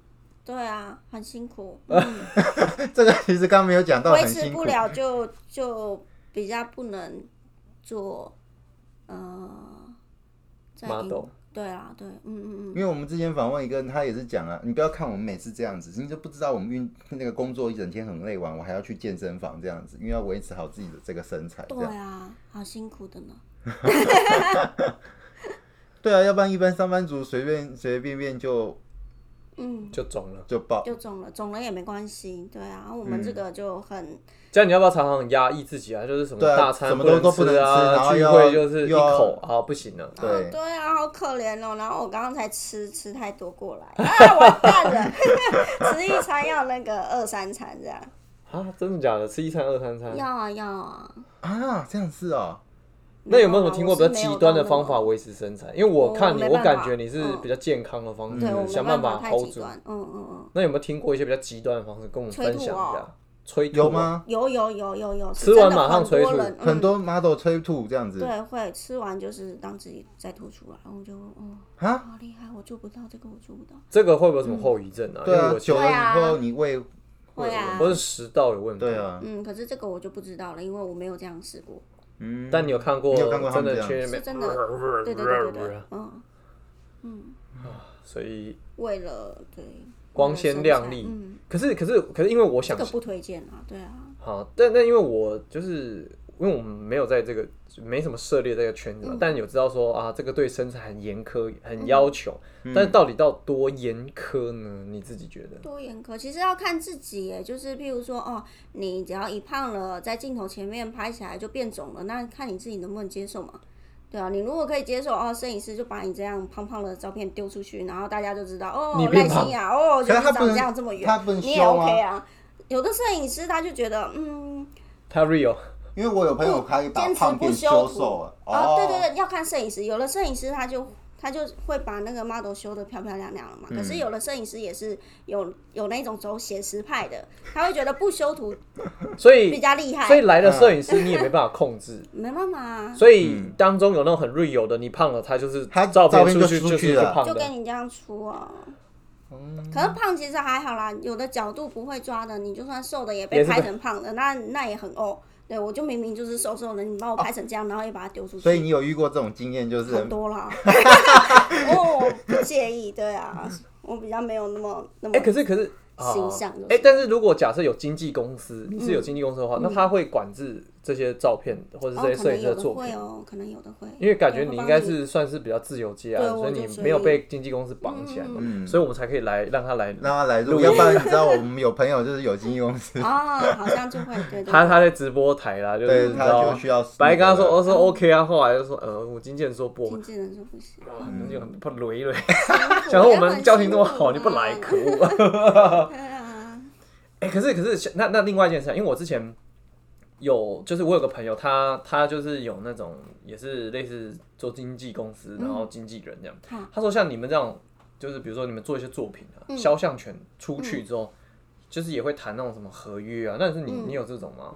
对啊，很 辛苦，嗯这个其实刚刚没有讲到，维很持辛不苦。了就就比较不能做，呃，在 model 对啊对，嗯嗯因为我们之前访问一个人，他也是讲啊，你不要看我们每次这样子，你就不知道我们运那个工作一整天很累完，我还要去健身房这样子，因为要维持好自己的这个身材嗯，这对样。啊，好辛苦的呢。对啊，要不然一般上班族随便随随便便就嗯，就中了。就爆。就肿了，肿了也没关系，对啊，我们这嗯个就很，这样你要不要常常压抑自己啊？就是什么对啊大餐什么都都不不能能吃然啊，后聚又会就是一又要口啊，不行了。对哦，对啊，好可怜哦。然后我刚刚才吃吃太多过来，啊，完蛋了， 吃一餐要那个二三餐这样，啊，真的假的？吃一餐二三餐？要啊要啊。啊，这样是哦，那有没有什啊么听过比较极端的方？法我维持身材？因为我看你，我没我办法感觉你是比较健康的方是式没有到那么对，我，没嗯想办法太 hold 极住。端，嗯嗯嗯，那有没有听过一些比较极端的方式，跟我们分享一催吐哦下？催吐啊有？啊吗？有有有有有，是吃完真的马上很多催吐人很。嗯多 model 催吐这样子对，会吃完就是让自己再吐出来，我就哦，啊，好厉害，我做不到这个，我做不到。这个会不会有什么后遗症啊？因对为啊我，久了对啊以后你胃，会啊，或是食道有问题。对。啊，嗯，可是这个我就不知道了，因为我没有这样试过。嗯，但你有看过你有看过他真们的这去样那是边？真的，对对对对对，嗯，所以，为了对光鲜亮丽为了身材嗯，可是可是可是，因为我这想个不推荐啊，对啊，好，但但因为我就是因为我们没有在这个没什么涉猎这个圈嗯子嘛，但有知道说啊，这个对身材很严苛、很要求，嗯但是到底到多严苛呢？你自己觉得？多严苛，其实要看自己耶，就是譬如说哦，你只要一胖了，在镜头前面拍起来就变肿了，那看你自己能不能接受嘛。对啊，你如果可以接受哦，摄影师就把你这样胖胖的照片丢出去，然后大家就知道哦你，变赖胖心雅哦，可就是他不是长这能样这么远，他不能你也修吗 OK 啊。有的摄影师他就觉得嗯，他 real 因为我有朋友他也把哦坚持胖不变修修图瘦了。啊，哦，对对对，要看摄影师，有的摄影师他就他就会把那个 model 修的漂漂亮亮了嗯嘛。可是有的摄影师也是有有那种走写实派的，他会觉得不修图所比以较厉害所，以来嗯的摄影师你也没办法控制，没办法啊，所以当中有那种很 real 的，你胖了，他就是嗯他照照片出就去出就去是一个了胖就的跟，你这样出啊。嗯可是胖其实还好啦，有的角度不会抓的，你就算瘦的也被也是拍被成胖的，那那也很哦。对我就明明就是瘦瘦的，你把我拍成这样，然后也把它丢出去。哦所以你有遇过这种经验，就是很多 啦，哦，我不介意，对啊，我比较没有那么那么哎、可是可是。啊形象就是嗯哎、但是如果假设有经纪公司，你是有经纪公司的话，那他会管制这些照片或者哦，这些可摄影师能的有的作品会。哦，可能有的会，因为感觉对你会应帮该是算是比较自由接案，对所我以就嗯你随没有意被经纪公司绑起来嘛，嗯所以我们才可以来让他来。让他来录，要不然你知道我们有朋友就是有经纪公司，哦，好像就会，对对他对，他在直播台啦，就是对，你知他道就吗需要。本来跟他说，我说 OK 啊，后来就说呃，我经纪人说不，经纪人说不行，哇那就嗯很怕累了。辛想说苦也我们很交情辛这么苦好，你不啊来，可恶。对啊，哎，可是可是那那另外一件事，因为我之前有，就是我有个朋友，他他就是有那种也是类似做经纪公司，然嗯后经纪人这样。啊好他说像你们这样，就是比如说你们做一些作品啊，嗯肖像权出去之后，就是也会谈那种什么合约啊。但是你、嗯你有这种吗？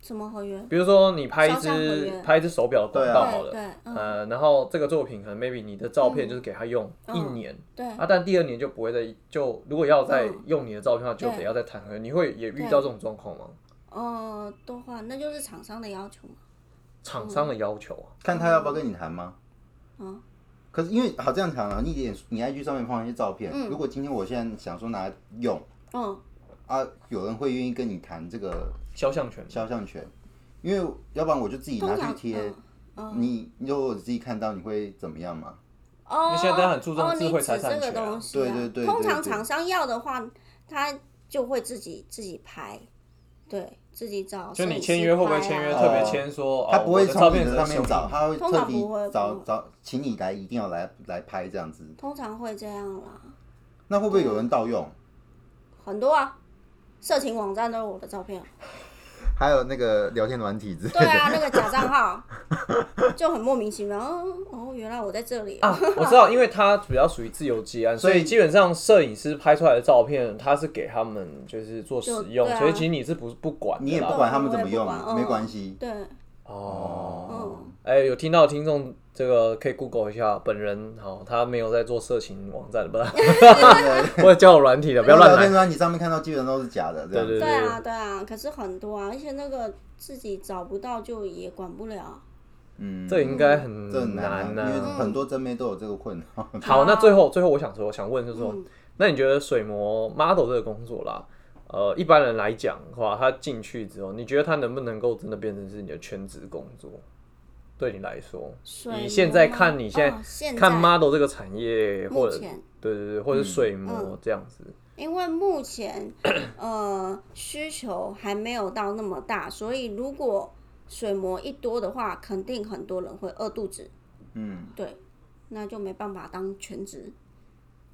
什么合约？比如说你拍一肖像合约只拍一只手表的广对啊告好对了，对，嗯，呃，然后这个作品可能 maybe 你的照片就是给他用一嗯年，对，啊，但第二年就不会再就如果要再嗯用你的照片的话，就得对要再谈合约。你会也遇对到这种状况吗？哦，的话，那就是厂商的要求嘛。厂商的要求啊，看他要不要跟你谈吗？嗯可是因为好这样讲啊，你脸你 IG 上面放一些照片，嗯如果今天我现在想说拿来用嗯，啊，有人会愿意跟你谈这个肖像权肖像权，因为要不然我就自己拿通常去贴嗯。嗯你你如果自己看到，你会怎么样吗？哦，因为现在大家很注重哦智你慧指财产这个权啊东西啊对对对通对常对厂商要的话，他就会自己自己拍，对自己找就摄影师拍啊。你签约会不会签约特别签说，哦他不会我的从照你片只能的上面用找，他会通特常地不会找不会找，请你来，一定要来来拍这样子。通常会这样啦，那会不会有人盗嗯用？很多啊，色情网站都是我的照片啊。还有那个聊天软体之类对 的，啊，那个假账号就很莫名其妙。哦，哦原来我在这里。啊， 我知道，因为它比较属于自由接案，所所以以基本上摄影师拍出来的照片，他是给他们就是做使用，就对啊所以其实你是不不管的啦，你也不管他们怎么我也不管用，嗯没关系。对，哦。嗯，哎、有听到的听众这个可以 Google 一下，本人好、他没有在做色情网站，不是，或者交友软体的，不要乱聊天来。软体上面看到基本都是假的，这样。对对啊，对啊，可是很多啊，而且那个自己找不到就也管不了。嗯，这应该很这很难难呐、啊，因为嗯很多真妹都有这个困扰。 好，那最后最后我想说，我想问就是说，嗯那你觉得水模 model 这个工作啦，呃，一般人来讲的话，他进去之后，你觉得他能不能够真的变成是你的全职工作？对你来说，水你牛现在吗看你现在哦现看在 model 这个产业，目或者前，对对对，或者水嗯模这样子，因为目前呃需求还没有到那么大，所以如果水膜一多的话，肯定很多人会饿肚子，嗯，对，那就没办法当全职。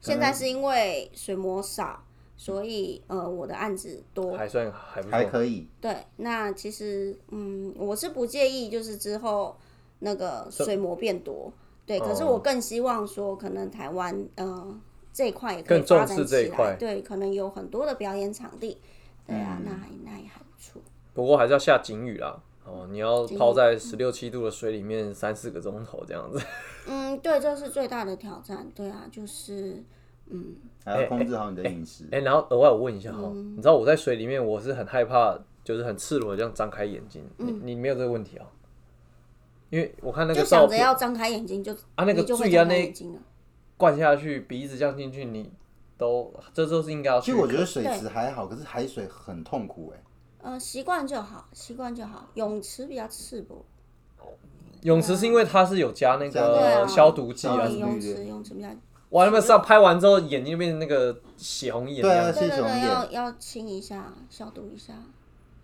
现在是因为水膜少，所以呃我的案子多，还算还不还错。可以。对，那其实嗯我是不介意，就是之后那个水膜变多，对，可是哦我更希望说可能台湾呃这一块也可以更重发展视这一起来块对，可能有很多的表演场地，对啊，嗯那还那也还不错。不过还是要下警语啦。哦，你要警语泡在十六七度的水里面三四个钟头这样子，嗯，对，这是最大的挑战。对啊，就是嗯，还要控制好你的饮食。哎、然后额外我问一下哈、你知道我在水里面我是很害怕，就是很赤裸地这样张开眼睛，你你没有这个问题啊？因为我看那个嗯就照想着片要张开眼睛就啊那个你就会最啊张开那眼睛了。灌下去，鼻子这样进去，你都这都是应该要其去实我觉看得水池还好，可是海水很痛苦哎、呃，习惯就好，习惯就好。泳池比较赤膊，泳池是因为它是有加那加那对个啊消毒剂消啊毒对什么的。剂对泳池对泳池比较，哇，他们上拍完之后眼睛就变成那个血红眼这样子。对啊谢对对谢红对，叶要要清一下，消毒一下，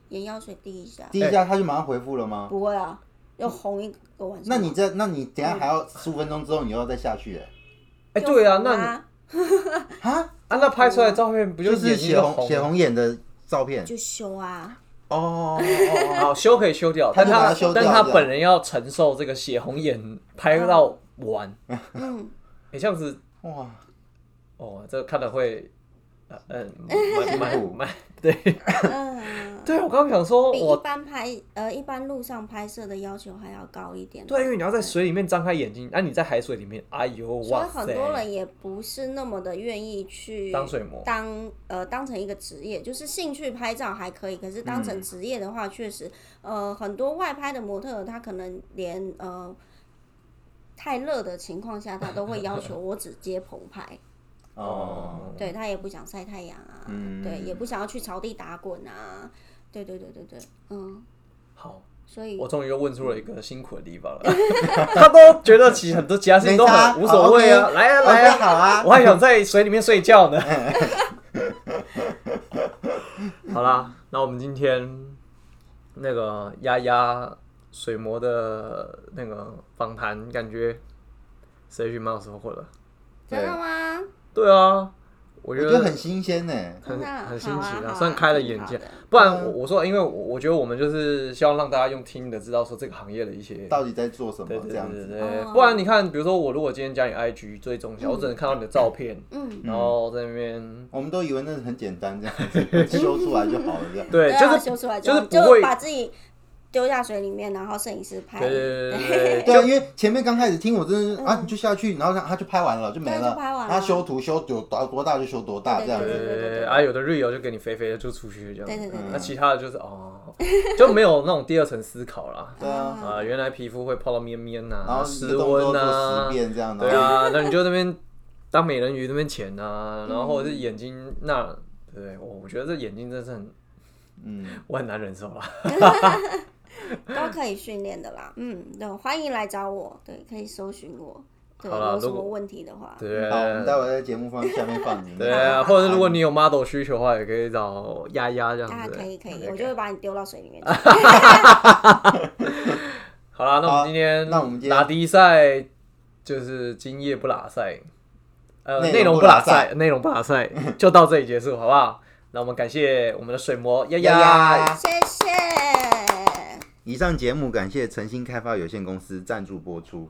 眼药水滴一下。第一家他就马上回复了吗？不会啊，要红一个晚上。那啊你这，那你等一下还要十五分钟之后你又要再下去哎、哎、对啊，就那红你啊哈，啊那拍出来的照片不就眼是睛血就红血红眼的照片就 修啊，哦哦哦哦好修可以修掉，他但就把他它修但掉他这样本人要承受这个血红眼拍到完，嗯，你这样子 哦，哇，哦，这个看了会，呃嗯，蛮蛮蛮对嗯，对，我刚刚想说比一我般拍呃一般路上拍摄的要求还要高一点。对，因为你要在水里面张开眼睛，那、你在海水里面，哎呦所以哇很塞，多人也不是那么的愿意去当水模当呃当成一个职业，就是兴趣拍照还可以，可是当嗯成职业的话，确实呃很多外拍的模特儿他可能连呃太热的情况下，他都会要求我只接棚 拍，哦，对他也不想晒太阳啊，嗯对，也不想要去草地打滚啊，对对对对对，嗯，好。所以我终于又问出了一个辛苦的地方了，他都觉得其实很多其他事情都没差很无所谓啊，好，OK 来啊来 OK，好啊， 啊，我还想在水里面睡觉 呢。好啦，那我们今天那个丫丫水魔的那个访谈，感觉谁去蛮有收获的。真的吗？对啊，我我觉觉得得很新鲜哎呢、很那很新好奇啊好啊算开了眼界挺好的。不然嗯我我说，因为我我觉得我们就是希望让大家用听的知道说这个行业的一些。到底在做什么对对这对样对子？对对哦不然你看，比如说我如果今天加你 IG 追踪一下，我只能看到你的照片，嗯，然后在那边我们都以为那很简单，这样子 修出来就好了，这样。对，啊，就修是出来就是好不会就把自己丢下水里面，然后摄影师 拍，对对对对对对啊，因为前面刚开始听我真的嗯是啊，你就下去，然后他他就拍完了，就没对了。就拍完了他修图修多多多大就修多大这样对子。对对，啊，有的 real 就给你肥肥的就出去这样，对对对对那其他的就是哦，就没有那种第二层思考啦。对啊，啊，原来皮肤会泡到绵绵呐，然后一湿个动作温做呐十，遍这样，对然后啊，那你就那边当美人鱼那边潜啊，然后或者嗯是眼睛那，对我我觉得这眼睛真是很嗯，我很难忍受啦。嗯都可以训练的啦。嗯，对，欢迎来找我，对，可以搜寻我。对，好啦有什如么果问题的话，对好，我们待会在节目放下面放你们。对啊，或者是如果你有 model 需求的话，也可以找丫丫这大样家子。啊可以可以， OK，我就会把你丢到水里 面去。好啦，那我好们今天那我们今天打第一赛就是今夜不拉赛，呃，内内容容不不拉拉赛赛，内容不拉赛就到这里结束，好不好？那我们感谢我们的水 魔丫丫丫。丫。谢谢。以上节目感谢诚心开发有限公司赞助播出。